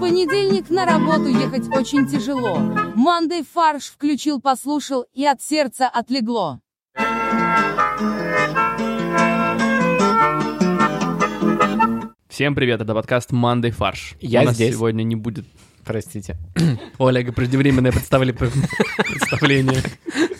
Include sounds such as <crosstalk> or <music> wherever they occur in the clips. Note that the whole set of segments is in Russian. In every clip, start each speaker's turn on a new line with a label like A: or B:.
A: понедельник на работу ехать очень тяжело. Мандей фарш включил, послушал, и от сердца отлегло.
B: Всем привет, это подкаст «Мандай фарш».
C: Я
B: У нас
C: здесь.
B: сегодня не будет...
C: Простите.
B: У Олега преждевременное
C: <laughs>
B: представили... представление.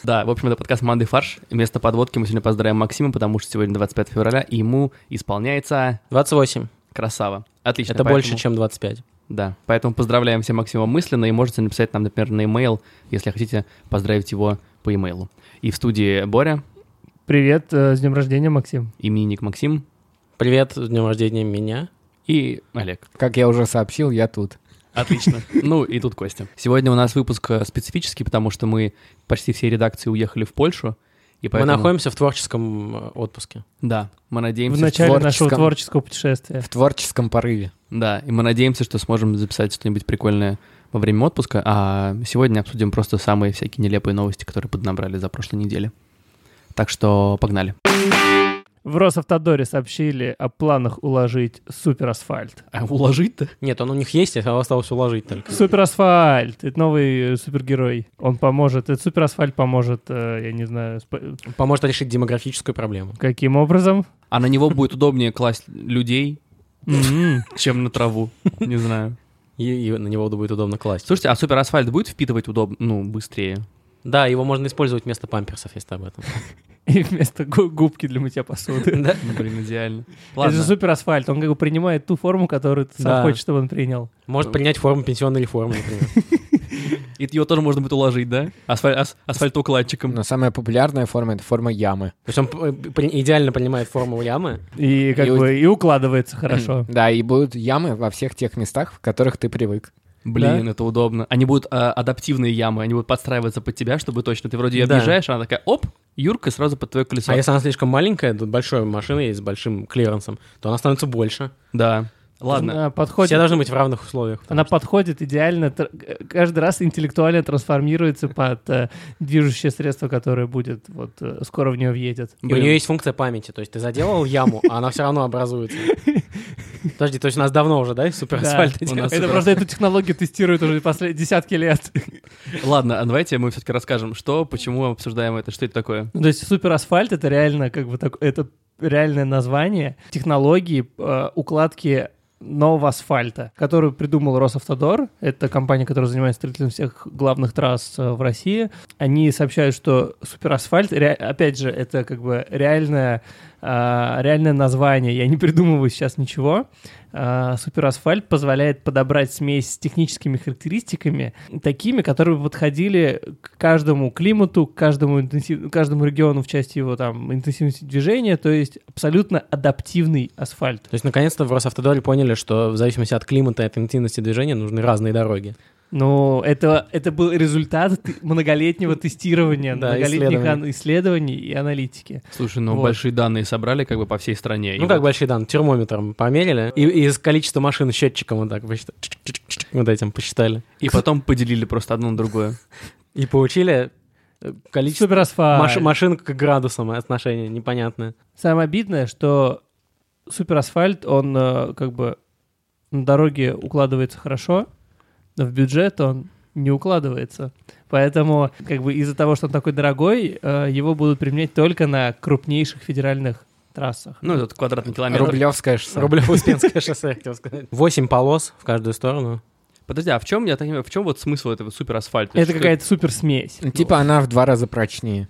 B: Да, в общем, это подкаст «Мандай фарш». Вместо подводки мы сегодня поздравим Максима, потому что сегодня 25 февраля, и ему исполняется
C: 28.
B: красава. Отлично.
C: Это
B: поэтому-
C: больше, чем 25.
B: Да, поэтому поздравляем всем Максима мысленно, и можете написать нам, например, на e если хотите поздравить его по e И в студии Боря,
D: Привет, э, с днем рождения, Максим.
B: именинник Максим
C: Привет, с днем рождения меня.
B: и Олег.
E: Как я уже сообщил, я тут.
B: Отлично. <laughs> Ну и тут Костя. Сегодня у нас выпуск э, специфический, потому что мы почти всей редакции уехали в Польшу. И поэтому...
C: Мы находимся в творческом э, отпуске.
B: Да, мы надеемся...
D: В начале
B: что-
D: нашего
E: творческом.
D: творческого путешествия.
E: В творческом порыве.
B: Да, и мы надеемся, что сможем записать что-нибудь прикольное во время отпуска, а сегодня обсудим просто самые всякие нелепые новости, которые поднабрали за прошлой неделе. Так что погнали.
D: В Росавтодоре сообщили о планах уложить суперасфальт.
B: А уложить-то?
C: Нет, он у них есть, а осталось уложить только.
D: Суперасфальт! Это новый э, супергерой. Он поможет. Этот суперасфальт поможет, э, я не знаю, спа-
C: Поможет решить демографическую проблему.
D: каким образом.
B: А на него будет удобнее класть людей,
D: М,
B: <laughs> чем на траву. Не знаю.
C: И, и на него будет удобно класть.
B: Слушайте, а суперасфальт будет впитывать удобно, ну, быстрее?
C: Да, его можно использовать вместо памперсов, если ты
B: <laughs>
C: об этом.
D: <laughs> И вместо гу- губки для мытья <laughs> посуды.
C: Да?
B: Ну, Блин, идеально.
D: Это же
B: Ладно.
D: суперасфальт. Он как бы принимает ту форму, которую
C: Да.
D: ты сам хочешь, чтобы он принял.
C: Может принять форму пенсионной реформы, например.
B: И его тоже можно будет уложить, да? Асфаль... ас- Асфальтоукладчиком.
E: Но самая популярная форма — это форма ямы.
C: То есть он п- э, при- идеально принимает форму ямы.
D: И как
E: И у-
D: бы и укладывается хорошо.
E: Да, и будут ямы во всех тех местах, в которых ты привык.
B: Блин, это удобно. Они будут а, адаптивные ямы, они будут подстраиваться под тебя, чтобы точно ты вроде ее
C: Да.
B: объезжаешь, она такая, оп, Юрка сразу под твое колесо.
C: А если она слишком маленькая, тут большая машина есть с большим клиренсом, то она становится больше.
B: Да. Ладно.
D: Она подходит
C: Все должны быть в равных условиях.
D: Она подходит идеально, тр- э, каждый раз интеллектуально трансформируется под э, движущее средство, которое будет вот э, скоро в нее въедет.
C: И у
B: Блин.
C: нее есть функция памяти, то есть ты заделал яму, а она все равно
B: <laughs>
C: образуется. Подожди, то есть у нас давно уже, да, суперасфальт?
D: Да,
B: у
C: идет?
B: нас-
D: Это
B: супер.
D: просто эту технологию тестируют уже после десятки лет.
B: Ладно, а давайте мы все-таки расскажем, что, почему мы обсуждаем это, что это такое.
D: Ну, То есть суперасфальт это реально как бы так, это реальное название технологии э, укладки нового асфальта, которую придумал Росавтодор. Это компания, которая занимается строительством всех главных трасс э, в России. Они сообщают, что суперасфальт, ре- опять же, это как бы реальное, э, реальное название. Я не придумываю сейчас ничего. А, Суперасфальт позволяет подобрать смесь с техническими характеристиками, такими, которые бы подходили к каждому климату, к каждому, интенсив- к каждому региону в части его там интенсивности движения, то есть абсолютно адаптивный асфальт.
C: То есть, наконец-то в Росавтодоре поняли, что в зависимости от климата и от интенсивности движения нужны разные дороги.
D: Но это, это был результат т- многолетнего тестирования,
C: Да,
D: многолетних
C: исследований.
D: ан- исследований и аналитики.
B: Слушай, ну
D: Вот.
B: большие данные собрали как бы по всей стране.
C: Ну,
B: И
C: как
B: вот-
C: большие данные, термометром померили, и, и с количество машин счетчиком вот так посчитали, вот этим посчитали.
B: И потом поделили просто одно на другое.
C: И получили э, количество
D: Суперасфальт.
C: маш- машин к градусам отношение непонятное.
D: Самое обидное, что суперасфальт, он э, как бы на дороге укладывается хорошо, но в бюджет он не укладывается. Поэтому как бы из-за того, что он такой дорогой, э, его будут применять только на крупнейших федеральных трассах.
B: Ну, этот квадратный километр.
E: Рублевская
B: <laughs>
E: шоссе.
C: Рублево-Успенское шоссе, я хотел сказать. Восемь полос в каждую сторону.
B: Подожди, а в чем, я так не понимаю, в чем вот смысл этого суперасфальта?
D: Это
B: Что-
D: какая-то суперсмесь.
E: Ну, Типа она в два раза прочнее.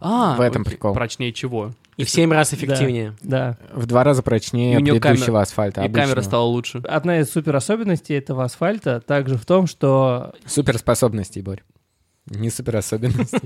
B: А,
E: в этом
B: окей.
E: прикол.
B: Прочнее чего?
C: И в семь раз эффективнее.
D: Да.
E: В два раза прочнее
B: И у неё
E: предыдущего
B: камера-
E: асфальта.
B: и камера
E: обычного.
B: стала лучше.
D: Одна из суперособенностей этого асфальта также в том, что
E: Суперспособности, Борь.
B: <laughs>
E: Не суперособенности.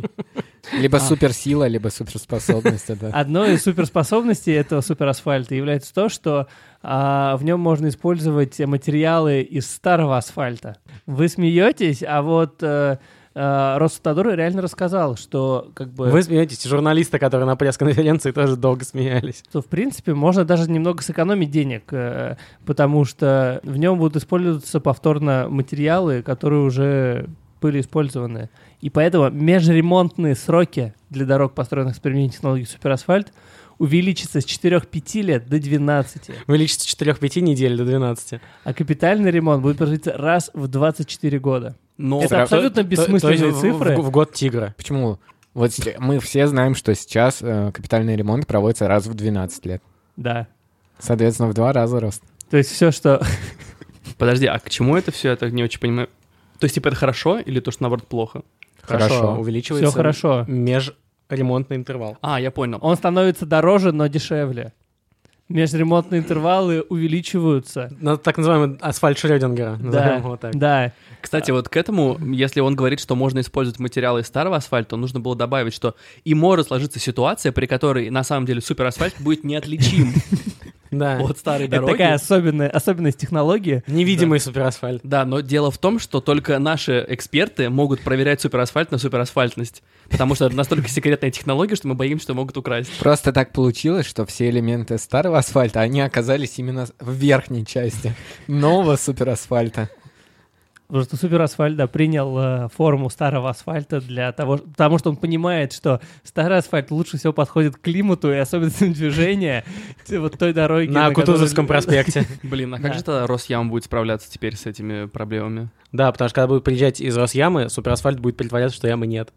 B: А.
E: Либо суперсила, либо суперспособность. это.
D: Одной из суперспособностей этого суперасфальта является то, что а, в нем можно использовать материалы из старого асфальта. Вы смеетесь, а вот э, э, Росавтодор реально рассказал, что как бы
C: Вы смеетесь, журналисты, которые на пресс-конференции тоже долго смеялись.
D: что в принципе можно даже немного сэкономить денег, э, потому что в нем будут использоваться повторно материалы, которые уже были использованы. И поэтому межремонтные сроки для дорог, построенных с применением технологии суперасфальт, увеличится с 4-5 лет до 12,
C: Увеличится с 4-5 недель до 12.
D: а капитальный ремонт будет производиться раз в 24 года.
B: Но
D: Это
E: Сра-
D: абсолютно
C: То- то есть
D: бессмысленные
C: в-
D: цифры.
C: В, в год тигра.
E: Почему? Вот с- мы все знаем, что сейчас э, капитальный ремонт проводится раз в 12 лет.
D: Да.
E: Соответственно, в два раза рост.
D: То есть все, что...
B: подожди, а к чему это все? Я так не очень понимаю. То есть, типа, это хорошо или то, что наоборот плохо?
E: Хорошо.
C: Увеличивается
D: Все хорошо.
C: межремонтный интервал.
B: А, я понял.
D: Он становится дороже, но дешевле. Межремонтные интервалы увеличиваются.
C: На- так называемый асфальт Шрёдингера.
D: Да,
C: Назовем его так.
D: да.
B: Кстати, вот к этому, если он говорит, что можно использовать материалы из старого асфальта, нужно было добавить, что и может сложиться ситуация, при которой на самом деле суперасфальт будет неотличим
C: Да.
B: от старой
D: Это
B: дороги.
D: такая особенная особенность технологии.
C: Невидимый суперасфальт.
B: Да, но дело в том, что только наши эксперты могут проверять суперасфальт на суперасфальтность, потому что это настолько секретная технология, что мы боимся, что могут украсть.
E: Просто так получилось, что все элементы старого асфальта, они оказались именно в верхней <laughs> части нового суперасфальта.
D: Потому что суперасфальт, да, принял э, форму старого асфальта для того, ж- потому что он понимает, что старый асфальт лучше всего подходит к климату и особенностям движения те- вот той дороги.
C: На
D: которой- <laughs>
C: Кутузовском проспекте.
B: Блин, а как
D: Да.
B: же тогда Росъям будет справляться теперь с этими проблемами?
C: Да, потому что когда будут приезжать из Росямы, суперасфальт будет притворяться, что ямы нет.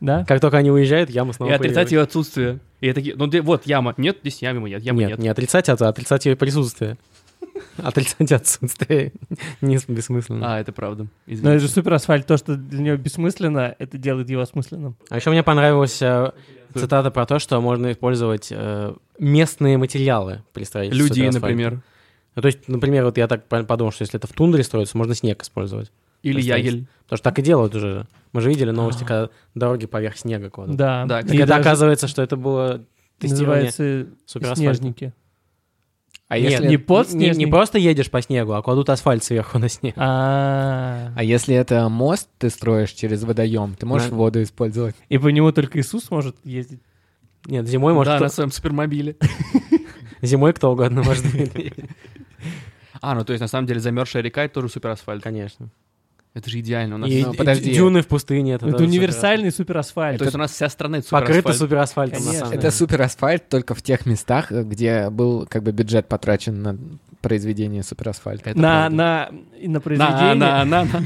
D: Да?
C: Как только они уезжают, яма снова
B: и отрицать
C: появилась.
B: ее отсутствие. И я такие, ну где- вот яма, нет, здесь ямы нет, ямы
C: нет,
B: нет.
C: не отрицать, а отрицать ее присутствие. Отрицать отсутствие <laughs> не с- бессмысленно.
B: А, это правда.
D: Но
B: Извините.
D: это же суперасфальт, то, что для него бессмысленно, это делает его осмысленным.
C: А еще мне понравилась э, цитата про то, что можно использовать э, местные материалы при строительстве.
B: Людей,
C: суперасфальта.
B: например.
C: Ну, то есть, например, вот я так пон- подумал, что если это в тундре строится, можно снег использовать.
B: Или
C: Просто есть.
B: ягель.
C: Потому что так и делают уже. же. Мы же видели новости, когда дороги поверх снега кладут.
D: А. Да.
B: Да,
D: И
C: И когда
D: даже
C: оказывается, что это было тестирование
D: называется
C: суперасфальта.
D: снежники.
E: А
C: Нет,
E: если,
D: не под
C: не, не
D: снежник.
C: просто едешь по снегу, а кладут асфальт сверху на снег.
D: А.
E: а если это мост ты строишь через водоем, ты можешь
C: Да.
E: воду использовать.
D: И по нему только Иисус может ездить.
C: Нет, зимой может
B: да,
C: кто-
B: на своем супермобиле.
C: зимой кто угодно может.
B: А, ну то есть на самом деле замерзшая река это тоже суперасфальт.
C: <laughs> Конечно.
B: Это же идеально. У нас...
C: И
E: Ну,
C: и
E: подожди.
C: дюны в пустыне.
D: Это,
C: тоже
D: универсальный суперасфальт.
B: То есть у нас вся страна это
C: суперасфальт. Покрыто
B: суперасфальт.
C: суперасфальтом, на
D: Конечно.
C: самом
E: Это
C: деле.
E: суперасфальт только в тех местах, э, где был как бы бюджет потрачен на произведение суперасфальта.
B: Это
D: на,
B: правда.
D: на, и на произведение.
B: на, на, на, на.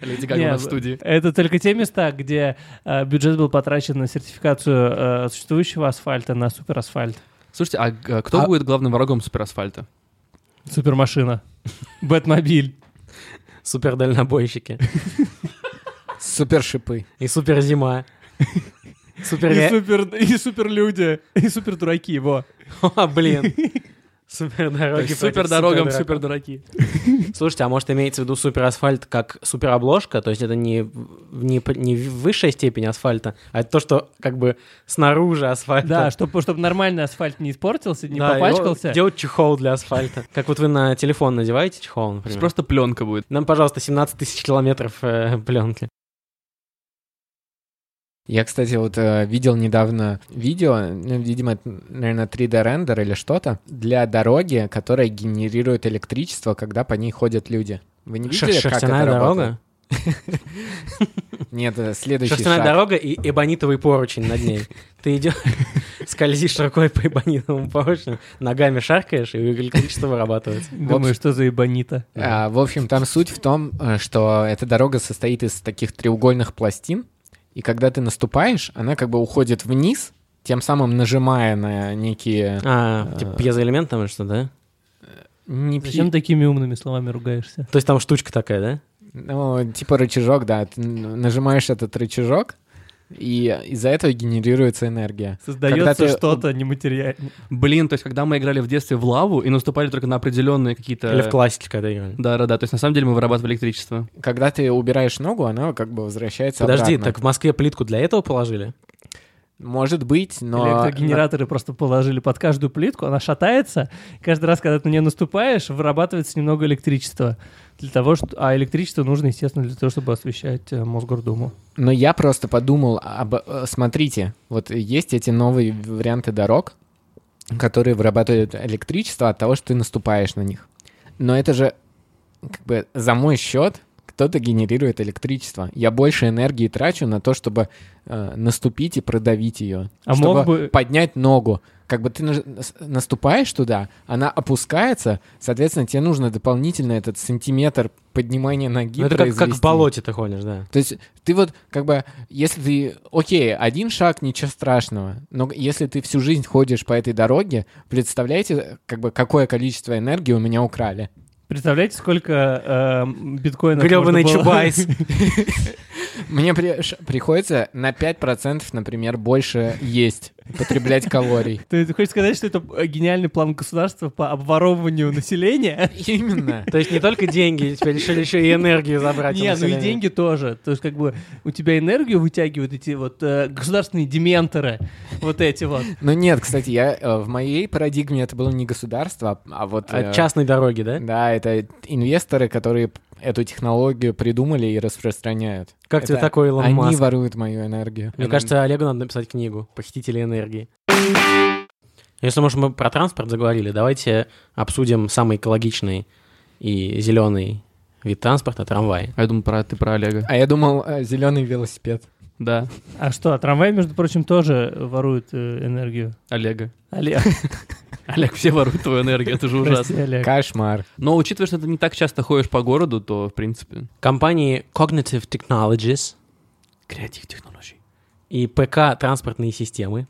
B: <laughs> Леди Гага у
D: Не,
B: нас в студии.
D: Это только те места, где э, бюджет был потрачен на сертификацию э, существующего асфальта на суперасфальт.
B: Слушайте, а г- кто
E: А-
B: будет главным врагом суперасфальта? <laughs>
D: Супермашина. Бэтмобиль.
C: Супер дальнобойщики.
E: Супершипы.
C: И супер зима. Супер...
D: И
C: ре-
D: супер, и суперлюди. И супер дураки, во.
C: <laughs> О, блин. Супер
B: То
C: дороги.
B: есть Супер дорогам, супер дураки.
C: Слушайте, а может имеется в виду супер асфальт как супер обложка? То есть это не, в- не, п- не в- высшая степень асфальта, а это то, что как бы снаружи асфальта.
D: Да, чтобы, чтобы нормальный асфальт не испортился, не
C: Да, его
D: попачкался.
C: Делать чехол для асфальта. Как вот вы на телефон надеваете чехол,
B: То есть
C: например.
B: Просто пленка будет.
C: Нам, пожалуйста, 17 тысяч километров э, пленки.
E: Я, кстати, вот э, видел недавно видео, ну, видимо, наверное, 3D-рендер или что-то, для дороги, которая генерирует электричество, когда по ней ходят люди. Вы не видели,
C: Шер-
E: как это
C: Шерстяная
E: работает?
C: дорога?
E: Нет, э, следующий
C: Шерстяная
E: шаг.
C: дорога и эбонитовый поручень над <laughs> ней. Ты идешь, скользишь рукой по эбонитовому поручню, ногами шаркаешь, и электричество вырабатывается.
D: Думаю, что за ебанита.
E: А, в общем, там суть в том, э, что эта дорога состоит из таких треугольных пластин, и когда ты наступаешь, она как бы уходит вниз, тем самым нажимая на некие...
C: А, типа пьезоэлемент там или что, да?
E: не пи-
D: Зачем такими умными словами ругаешься?
C: То есть там штучка такая, да?
E: Ну, типа рычажок, да. Ты н- нажимаешь этот рычажок, и из-за этого генерируется энергия. Когда
D: Создается
E: ты-
D: что-то нематериальное.
B: Блин, то есть когда мы играли в детстве в лаву и наступали только на определенные какие-то...
C: Или в классике, когда играли.
B: Да-да-да, то есть на самом деле мы вырабатывали электричество.
E: Когда ты убираешь ногу, она как бы возвращается
C: Подожди,
E: обратно.
C: так в Москве плитку для этого положили?
E: Может быть, но...
D: Электрогенераторы просто положили под каждую плитку, она шатается. Каждый раз, когда ты на нее наступаешь, вырабатывается немного электричества. Для того, что... А электричество нужно, естественно, для того, чтобы освещать э, Мосгордуму.
E: Но я просто подумал об... э, Смотрите, вот есть эти новые варианты дорог, которые вырабатывают электричество от того, что ты наступаешь на них. Но это же как бы за мой счет, что-то генерирует электричество. Я больше энергии трачу на то, чтобы э, наступить и продавить ее.
D: А
E: чтобы
D: мог бы-
E: поднять ногу. Как бы ты наж- нас- наступаешь туда, она опускается, соответственно, тебе нужно дополнительно этот сантиметр поднимания ноги
C: Ну, это как, как в
E: произвести.
C: болоте ты ходишь, да.
E: То есть ты вот как бы, если ты, окей, один шаг, ничего страшного, но если ты всю жизнь ходишь по этой дороге, представляете, как бы, какое количество энергии у меня украли?
D: Представляете, сколько э,
C: Ну,
D: биткоинов
C: Гребаный
D: можно
C: <laughs>
D: было-
C: Чубайс.
E: Мне при- ш- приходится на 5%, например, больше есть, потреблять калорий.
D: <laughs> Ты ты хочешь сказать, что это э, гениальный план государства по обворовыванию населения? <laughs>
E: Именно.
C: То есть не только деньги, тебя решили еще и энергию забрать. у
D: Не, ну и
C: населения.
D: деньги тоже. То есть как бы у тебя энергию вытягивают эти вот э, государственные дементоры, вот эти вот.
E: Но Ну нет, кстати, я э, в моей парадигме это было не государство, а- а вот...
C: От
E: э,
C: частной дороги, да?
E: Да, это инвесторы, которые эту технологию придумали и распространяют.
C: Как тебе
E: Это
C: такой Илон
E: Они
C: Маск?
E: воруют мою энергию.
C: Мне кажется, Олегу надо написать книгу «Похитители энергии». Если, может, мы про транспорт заговорили, давайте обсудим самый экологичный и зеленый вид транспорта — трамвай.
B: А я думаю, про, ты про Олега.
E: А я думал, зеленый велосипед.
B: Да,
D: <laughs> А что, трамвай, между прочим, тоже ворует э, энергию.
B: Олега.
D: Олег,
B: Олег, все воруют твою энергию, это же
D: прости,
B: ужасно.
D: Олег.
E: Кошмар.
B: Но учитывая, что ты не так часто ходишь по городу, то, в принципе...
C: Компании Cognitive Technologies
B: Креатив технологий.
C: и ПК «Транспортные системы»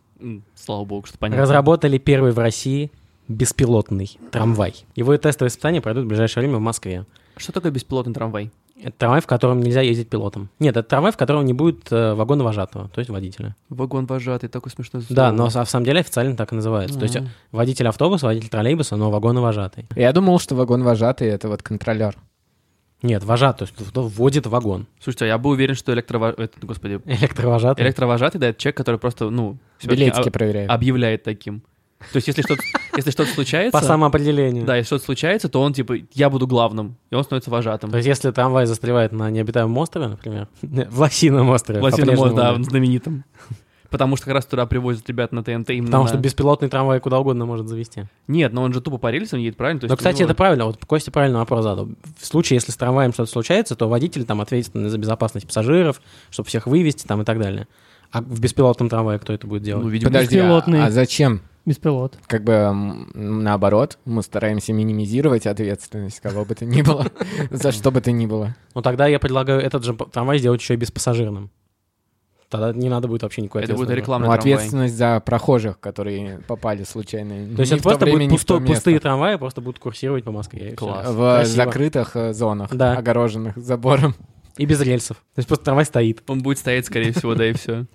B: Слава богу, что понятно.
C: разработали первый в России беспилотный трамвай. Его тестовые испытания пройдут в ближайшее время в Москве.
B: Что такое беспилотный трамвай?
C: Это трамвай, в котором нельзя ездить пилотом. Нет, это трамвай, в котором не будет э, вагона вожатого, то есть водителя.
B: Вагон вожатый, такой смешной слово.
C: Да, но а в самом деле официально так и называется. То есть
B: Мгм.
C: водитель автобуса, водитель троллейбуса, но вагоновожатый.
E: Я думал, что вагон вожатый это вот контролер.
C: Нет, вожатый, то есть кто вводит вагон. <laughs>
B: Слушайте, а я был уверен, что электрово... этот, господи,
C: Электровожатый.
B: электровожатый, да, это человек, который просто, ну, всё-таки
E: Билетики
C: а,
B: об-
E: проверяют.
B: объявляет таким. То есть, если что-то <laughs> если что-то случается...
C: По самоопределению.
B: Да, если что-то случается, то он, типа, я буду главным, и он становится вожатым.
C: То есть если трамвай застревает на необитаемом острове, например, <laughs> в Лосином острове.
B: Владимир Мост,
C: э, по-прежнему,
B: да, он знаменитым. Потому что как раз туда привозят ребят на ТНТ именно...
C: Потому
B: на-
C: что беспилотный трамвай куда угодно может завести.
B: Нет, но он же тупо по рельсам едет, правильно? То
C: Но,
B: есть ну, у
C: кстати,
B: него-
C: это правильно. Вот Костя правильно вопрос задал. В случае, если с трамваем что-то случается, то водитель там ответственный за безопасность пассажиров, чтобы всех вывести там и так далее. А в беспилотном трамвае кто это будет делать?
B: Ну, видимо,
E: Подожди, а-
D: беспилотный.
E: а, зачем?
D: Беспилот.
E: Как бы м, наоборот, мы стараемся минимизировать ответственность кого бы то ни было, <laughs> за что бы то ни было.
C: Ну тогда я предлагаю этот же трамвай сделать еще и беспассажирным. Тогда не надо будет вообще никакой
B: это будет
C: ответственности.
B: рекламный
E: Ну,
B: трамвай.
E: ответственность за прохожих, которые попали случайно.
C: То есть
E: ни в
C: это
E: то
C: просто
E: время,
C: будут
E: ни в то
C: пусто-
E: место.
C: пустые трамваи, просто будут курсировать по Москве. и всё.
B: Класс.
E: В
C: Красиво.
E: закрытых э, зонах,
C: Да.
E: огороженных забором.
C: И без рельсов. То есть просто трамвай стоит.
B: Он будет стоять, скорее всего, да, и все.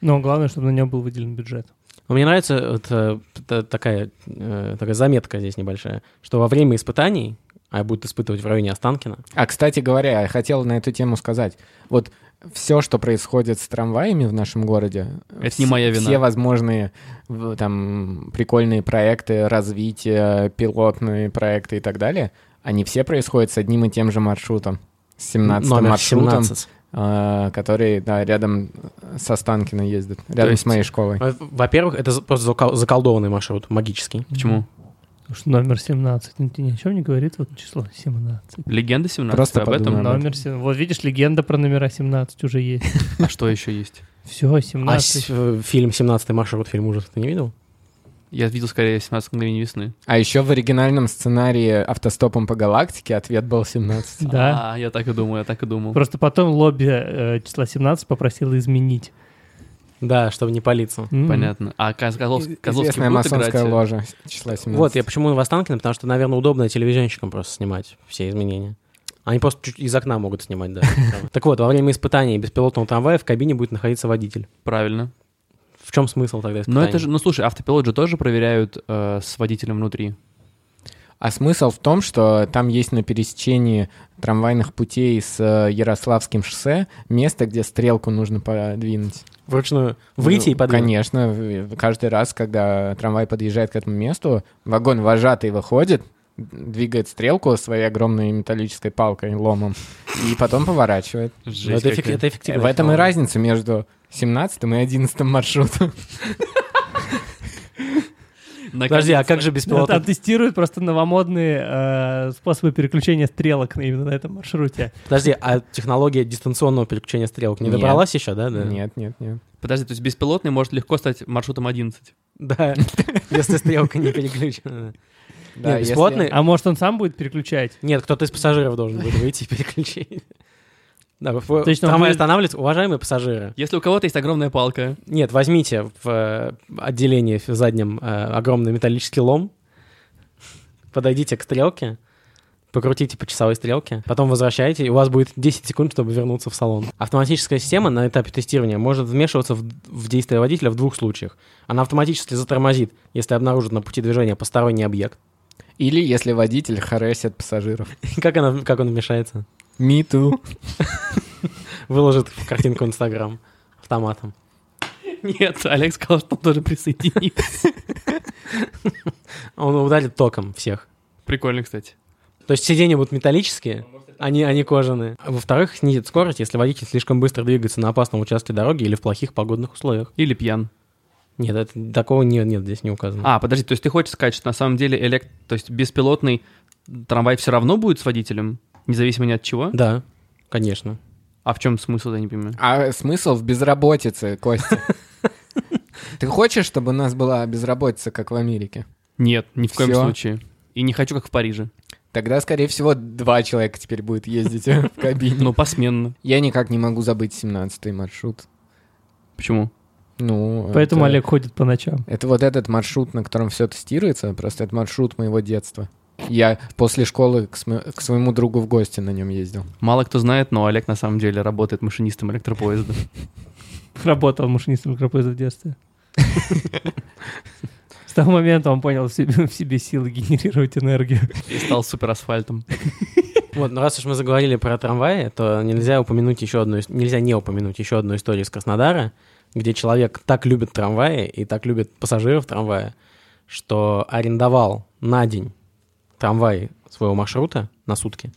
D: Но главное, чтобы на него был выделен бюджет.
C: Но мне нравится вот, э, т- такая, э, такая заметка здесь небольшая, что во время испытаний, а будут испытывать в районе Останкина,
E: А, кстати говоря, я хотел на эту тему сказать. Вот все, что происходит с трамваями в нашем городе...
B: Это
E: вс-
B: не моя вина.
E: Все возможные в- там прикольные проекты, развитие, пилотные проекты и так далее, они все происходят с одним и тем же маршрутом. С 17
C: номер
E: маршрутом,
C: 17.
E: э, который да, рядом с Останкино ездит, рядом
B: есть-
E: с моей школой.
C: Во- Во-первых, это за- просто закол- заколдованный маршрут, магический.
B: Почему?
D: Потому что номер 17. Ну, тебе ни о чем не говорит вот число 17.
B: Легенда 17
E: Просто
B: об этом?
E: подумаем.
D: Номер 17. Вот видишь, легенда про номера 17 уже есть.
B: А что еще есть?
D: Все,
C: А с-
D: 17.
C: э, фильм «17 маршрут», фильм ужасов, ты не видел?
B: Я видел, скорее, 17 мгновений весны.
E: А еще в оригинальном сценарии «Автостопом по галактике» ответ был 17.
D: Да.
B: А, я так и думал, я так и думал.
D: Просто потом лобби э, числа 17 попросило изменить.
C: Да, чтобы не палиться.
D: М.
B: Понятно. А Коз- Козловский, Козловский
E: Известная
B: будет
E: масонская
B: играть? э.
E: ложа числа 17.
C: Вот, я почему в Останкино, потому что, наверное, удобно телевизионщикам просто снимать все изменения. Они просто чуть из окна могут
E: <laughs>
C: снимать, да. Так вот, во время испытаний беспилотного трамвая в кабине будет находиться водитель.
B: Правильно.
C: В чем смысл тогда испытаний?
B: Но это же, ну слушай, автопилот же тоже проверяют э, с водителем внутри.
E: А смысл в том, что там есть на пересечении трамвайных путей с э, Ярославским шоссе место, где стрелку нужно подвинуть.
C: Вручную выйти
E: Ну,
C: и подвинуть.
E: Конечно. в- Каждый раз, когда трамвай подъезжает к этому месту, вагон вожатый выходит, двигает стрелку своей огромной металлической палкой, ломом, и потом поворачивает.
C: Но Ну,
B: Ну,
C: это, эффек- это эффективно.
E: В этом и разница между 17 и 11 маршрутом.
C: Подожди, а как же
D: Да, Там
E: ну,
C: беспилотник?
D: тестируют просто новомодные э, способы переключения стрелок на- именно на этом маршруте.
C: Подожди, а технология дистанционного переключения стрелок не
E: Нет.
C: добралась еще, да? да?
E: Нет, нет, нет.
B: Подожди, то есть беспилотный может легко стать маршрутом 11.
C: <laughs> Да, если стрелка не переключена.
E: Да,
C: Нет,
E: если-
C: бесплатный?
D: А может, он сам будет переключать?
C: Нет, кто-то из пассажиров должен будет выйти и переключить. <laughs> Да, вы-
D: Точно, он
C: трамвай
D: будет-
C: останавливается. Уважаемые пассажиры,
B: Если у кого-то есть огромная палка, <laughs>
C: нет, возьмите в э, отделении в заднем э, огромный металлический лом, подойдите к стрелке, покрутите по часовой стрелке, потом возвращайте, и у вас будет 10 секунд, чтобы вернуться в салон. Автоматическая система на этапе тестирования может вмешиваться в, в действия водителя в двух случаях. Она автоматически затормозит, если обнаружит на пути движения посторонний объект. <laughs>
E: Или если водитель харесит пассажиров.
C: Как, она, как он вмешается?
E: Me too.
C: выложит в картинку в Инстаграм автоматом.
B: нет, Олег сказал, что он тоже присоединится.
C: Он ударит током всех.
B: Прикольно, кстати.
C: То есть сиденья будут металлические, они, они кожаные. А Во-вторых, снизит скорость, если водитель слишком быстро двигается на опасном участке дороги или в плохих погодных условиях.
B: Или пьян.
C: Нет, это- такого нет, нет, здесь не указано.
B: А, подожди, то есть ты хочешь сказать, что на самом деле элект... То есть беспилотный трамвай все равно будет с водителем, независимо ни от чего?
C: Да, конечно.
B: А в чем смысл, я не понимаю.
E: А смысл в безработице,
D: <laughs>
E: Костя? Ты хочешь, чтобы у нас была безработица, как в Америке?
B: Нет, ни в коем
E: Всё.
B: случае. И не хочу, как в Париже.
E: Тогда, скорее всего, два человека теперь будет ездить <laughs> в кабине.
D: Ну.
B: Но посменно.
E: Я никак не могу забыть 17-й маршрут.
B: Почему?
E: Ну,
D: Поэтому
E: это-
D: Олег ходит по ночам.
E: Это вот этот маршрут, на котором все тестируется, просто это маршрут моего детства. Я после школы к, сме- к своему другу в гости на нем ездил.
B: Мало кто знает, но Олег на самом деле работает машинистом электропоезда.
D: Работал машинистом микропоезда в детстве. С того момента он понял в себе, в себе силы генерировать энергию.
B: И стал суперасфальтом.
C: Вот, ну раз уж мы заговорили про трамваи, то нельзя упомянуть еще одну, ис- нельзя не упомянуть еще одну историю из Краснодара, где человек так любит трамваи и так любит пассажиров трамвая, что арендовал на день трамвай своего маршрута на сутки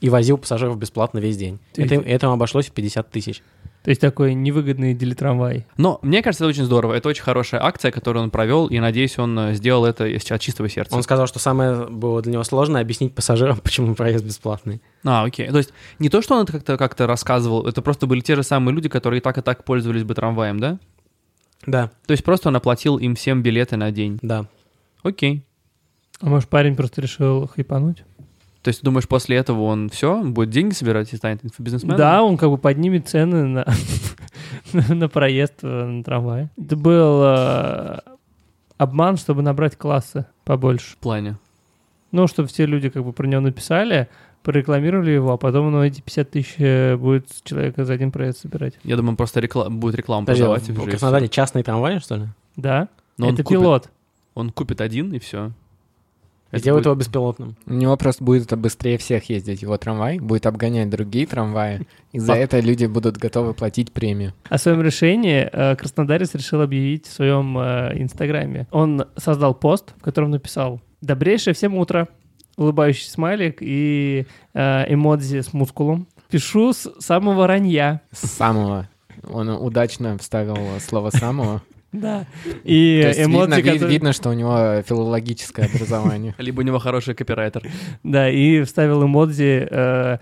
C: и возил пассажиров бесплатно весь день.
D: Ты-
C: Это, им- это им обошлось в 50 тысяч.
D: То есть такой невыгодный дилетрамвай.
B: Но мне кажется, это очень здорово. Это очень хорошая акция, которую он провел, и надеюсь, он э, сделал это из- от чистого сердца.
C: Он сказал, что самое было для него сложное объяснить пассажирам, <laughs> почему проезд бесплатный.
B: А, окей. То есть не то, что он это как-то как рассказывал, это просто были те же самые люди, которые и так и так пользовались бы трамваем, да?
C: Да,
B: То есть просто он оплатил им всем билеты на день.
C: да.
B: Окей.
D: А может, парень просто решил хайпануть?
B: То есть ты думаешь, после этого он все, будет деньги собирать и станет инфобизнесменом?
D: Да, он как бы поднимет цены на, на, на проезд э, на трамвае. Это был э, обман, чтобы набрать классы побольше.
B: В плане.
D: Ну, чтобы все люди как бы про него написали, прорекламировали его, а потом ну, эти 50 тысяч э, будет с человека за один проезд собирать.
B: Я думаю, он просто рекла- будет рекламу
C: Подожди,
B: продавать. и
C: в
B: уже
C: Краснодаре частные трамваи, что ли?
D: Да,
B: всё. Но он
D: это
B: купит-
D: пилот.
B: Он купит один, и все.
C: И Сделают его беспилотным.
E: У него просто будет быстрее всех ездить его трамвай, будет обгонять другие трамваи, и за это люди будут готовы платить премию.
D: О своем решении э, Краснодарец решил объявить в своем э, инстаграме. Он создал пост, в котором написал «Добрейшее всем утро». Улыбающий смайлик и э, эмодзи с мускулом. Пишу с самого ранья.
E: С самого. Он удачно вставил слово
D: <laughs>
E: «самого».
D: Да. И
E: То есть
D: эмодзи,
E: видно, ви-
D: которые-
E: видно, что у него филологическое
B: <laughs>
E: образование.
B: Либо у него хороший копирайтер.
D: Да, и вставил эмодзи, э,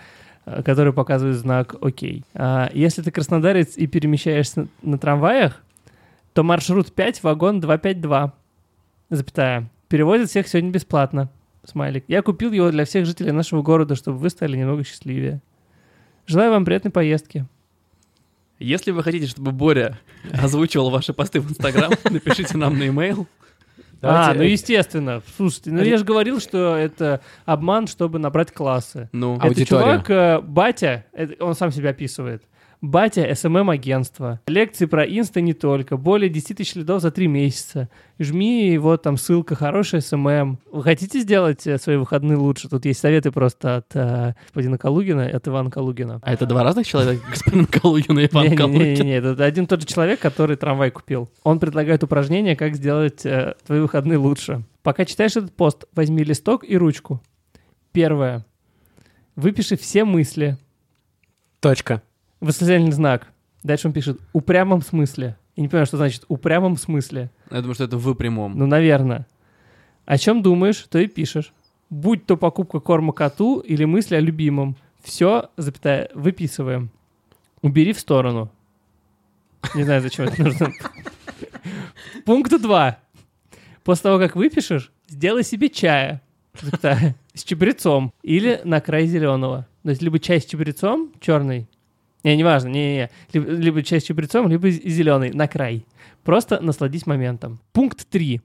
D: э, который показывает знак «Окей». А, Если ты краснодарец и перемещаешься на- на трамваях, то маршрут 5, вагон 252, запятая. Перевозят всех сегодня бесплатно. Смайлик. Я купил его для всех жителей нашего города, чтобы вы стали немного счастливее. Желаю вам приятной поездки.
B: Если вы хотите, чтобы Боря <laughs> озвучивал ваши посты в Инстаграм, <laughs> напишите нам на e-mail.
D: а, ну естественно. Слушайте, ну я же говорил, что это обман, чтобы набрать классы.
B: Ну,
E: А-
D: Это
E: Аудитория.
D: чувак, э, батя, это- он сам себя описывает. Батя, СММ-агентство. Лекции про инста не только. Более 10 тысяч лидов за 3 месяца. Жми, вот там ссылка, хорошая СММ. Вы хотите сделать э, свои выходные лучше? Тут есть советы просто от э, господина Калугина, от Ивана Калугина.
B: а это два разных человека, <laughs> господин Калугин и Иван Калугин.
D: Не-не-не, это один и тот же человек, который трамвай купил. Он предлагает упражнение, как сделать э, твои выходные лучше. Пока читаешь этот пост, возьми листок и ручку. Первое. Выпиши все мысли,
C: Точка.
D: Восклицательный знак. Дальше он пишет «упрямом смысле». Я не понимаю, что значит «упрямом смысле».
B: Я думаю, что это вы прямом.
D: Ну, наверное. О чем думаешь, то и пишешь. Будь то покупка корма коту или мысли о любимом. Все, запятая, выписываем. Убери в сторону. Не знаю, зачем это нужно. <laughs> Пункт 2. После того, как выпишешь, сделай себе чая. запятая, с чабрецом или на край зеленого. То есть либо чай с чабрецом черный, не, неважно, не, не, не. Либо, либо чай с чабрецом, либо зеленый, на край. Просто насладись моментом. Пункт 3.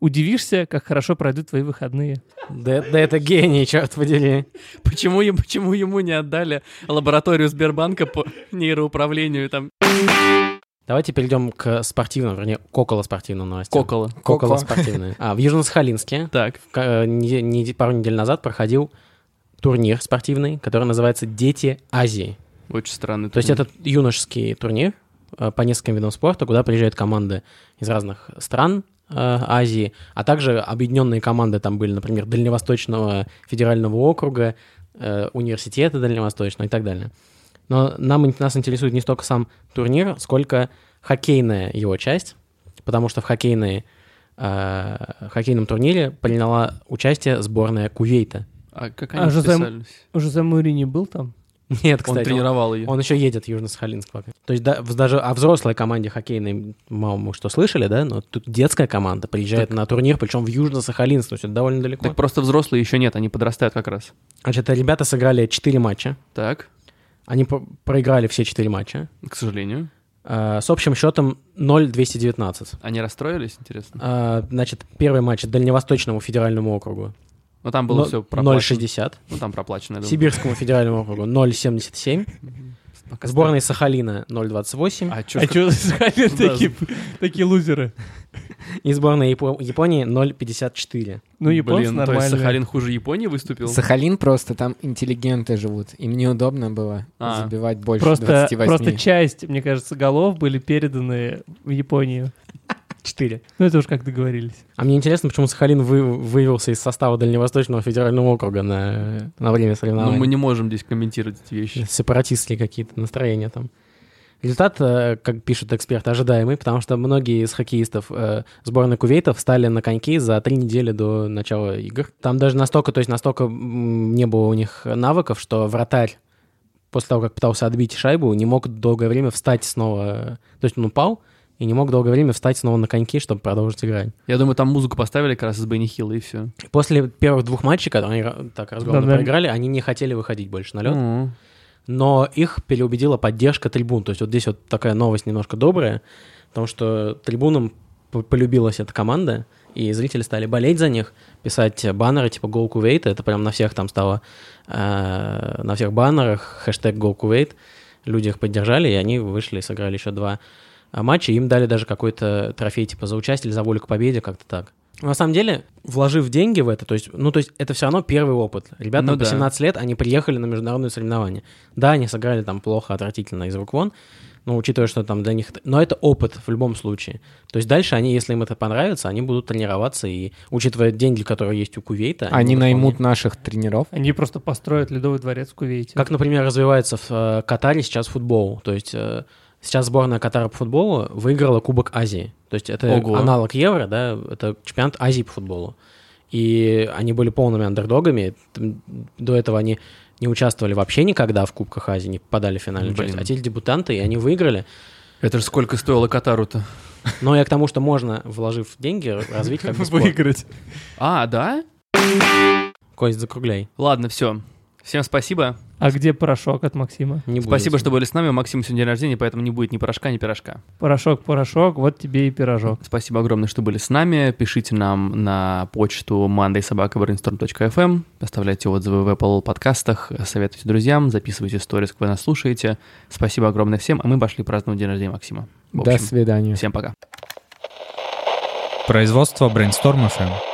D: Удивишься, как хорошо пройдут твои выходные.
C: Да, да это гений, черт подери.
B: Почему, ему- почему ему не отдали лабораторию Сбербанка по нейроуправлению там
C: Давайте перейдем к спортивным, вернее, к околоспортивным новостям.
B: Кокола?
C: К околоспортивной. А, в Южно-Сахалинске
B: Так,
C: к- э, не- не- пару недель назад проходил турнир спортивный, который называется «Дети Азии».
B: очень странно.
C: То есть это юношеский турнир э, по нескольким видам спорта, куда приезжают команды из разных стран э, Азии, а также объединенные команды там были, например, Дальневосточного федерального округа, э, университета Дальневосточного и так далее. Но нам, ин- нас интересует не столько сам турнир, сколько хоккейная его часть, потому что в хоккейной, э, хоккейном турнире приняла участие сборная Кувейта. <laughs>
B: А как
D: А,
B: они
D: Жозе-
B: вписались?
D: Жозе Мурини был там?
C: Нет, кстати,
B: Он тренировал ее.
C: Он еще едет в Южно-Сахалинск пока. То есть да, в- даже о взрослой команде хоккейной, мало мы что слышали, да, но тут детская команда приезжает на турнир, причем в Южно-Сахалинск, то есть это довольно далеко.
B: Так просто взрослые еще нет, они подрастают как раз.
C: Значит, ребята сыграли 4 матча,
B: Так,
C: они по- проиграли все 4 матча,
B: к сожалению.
C: э, с общим счетом 0-219.
B: Они расстроились, интересно?
C: Э, значит, первый матч Дальневосточному федеральному округу
B: Ну там было
C: но-
B: все проплачено.
C: 0-60,
B: Ну там проплачено, я думаю.
C: Сибирскому федеральному округу 0-77,
B: Пока
C: сборной Сахалина 0-28
B: А чё
D: А
B: ж-
D: <laughs> что за Сахалин такие, такие лузеры?
C: и сборной Япо- Японии 0-54.
D: Ну, японцы
B: Блин, то есть
D: нормальные.
B: Сахалин хуже Японии выступил?
E: Сахалин просто, там интеллигенты живут. Им неудобно было
B: А.
E: забивать больше
D: Просто,
E: 28.
D: просто часть, мне кажется, голов были переданы в Японию.
C: 4.
D: Ну, это уж как договорились.
C: А мне интересно, почему Сахалин вы, вывелся из состава Дальневосточного федерального округа на, на время
B: Но
C: соревнований.
B: Ну, мы не можем здесь комментировать эти вещи.
C: Сепаратистские какие-то настроения там. Результат, э, как пишет эксперт, ожидаемый, потому что многие из хоккеистов э, сборной Кувейтов встали на коньки за три недели до начала игр. Там даже настолько, то есть настолько м, не было у них навыков, что вратарь после того, как пытался отбить шайбу, не мог долгое время встать снова, э, то есть он упал и не мог долгое время встать снова на коньки, чтобы продолжить играть.
B: Я думаю, там музыку поставили как раз из Бенни Хилла, и все.
C: После первых двух матчей, когда они ра- так разгромно
D: Да, да.
C: проиграли, они не хотели выходить больше на лед. Но их переубедила поддержка трибун. То есть вот здесь вот такая новость немножко добрая, потому что трибунам п- полюбилась эта команда, и зрители стали болеть за них, писать баннеры типа «Гол Кувейт». Это прям на всех там стало, э, на всех баннерах хэштег «Гол Кувейт». Люди их поддержали, и они вышли и сыграли еще два а матча, им дали даже какой-то трофей типа за участие или за волю к победе, как-то так. На самом деле, вложив деньги в это, то есть, ну, то есть это все равно первый опыт. Ребята
B: Ну
C: по
B: да.
C: 17 лет, они приехали на международные соревнования. Да, они сыграли там плохо, отвратительно из рук вон, но Ну, учитывая, что там для них... это- Но это опыт в любом случае. То есть дальше они, если им это понравится, они будут тренироваться, и учитывая деньги, которые есть у Кувейта...
E: Они
C: будут
E: наймут
C: вполне-
E: наших тренеров.
D: Они просто построят ледовый дворец в Кувейте.
C: Как, например, развивается в э, Катаре сейчас футбол. То есть э, сейчас сборная Катара по футболу выиграла Кубок Азии. То есть это
B: Ого.
C: аналог Евро, да, это чемпионат Азии по футболу. И они были полными андердогами. Там До этого они не участвовали вообще никогда в Кубках Азии, не попадали в финальную
B: Блин.
C: часть. А теперь дебютанты, и они выиграли.
B: Это же сколько стоило Катару-то?
C: Но я к тому, что можно, вложив деньги,
E: <laughs>
C: развить как бы спорт.
D: <laughs> Выиграть.
B: А, да?
C: Кость, закругляй.
B: Ладно, все. Всем спасибо.
D: А где порошок от Максима?
C: Не будет.
B: спасибо, что были с нами. У Максима сегодня день рождения, поэтому не будет ни порошка, ни пирожка.
D: Порошок, порошок, вот тебе и пирожок.
B: Спасибо огромное, что были с нами. Пишите нам на почту mondaysobakabrainstorm.fm, эм. оставляйте отзывы в Apple подкастах, советуйте друзьям, записывайте сторис, когда нас слушаете. Спасибо огромное всем, а мы пошли праздновать день рождения Максима. В
E: До
B: общем,
E: свидания.
B: всем пока.
F: Производство Brainstorm FM.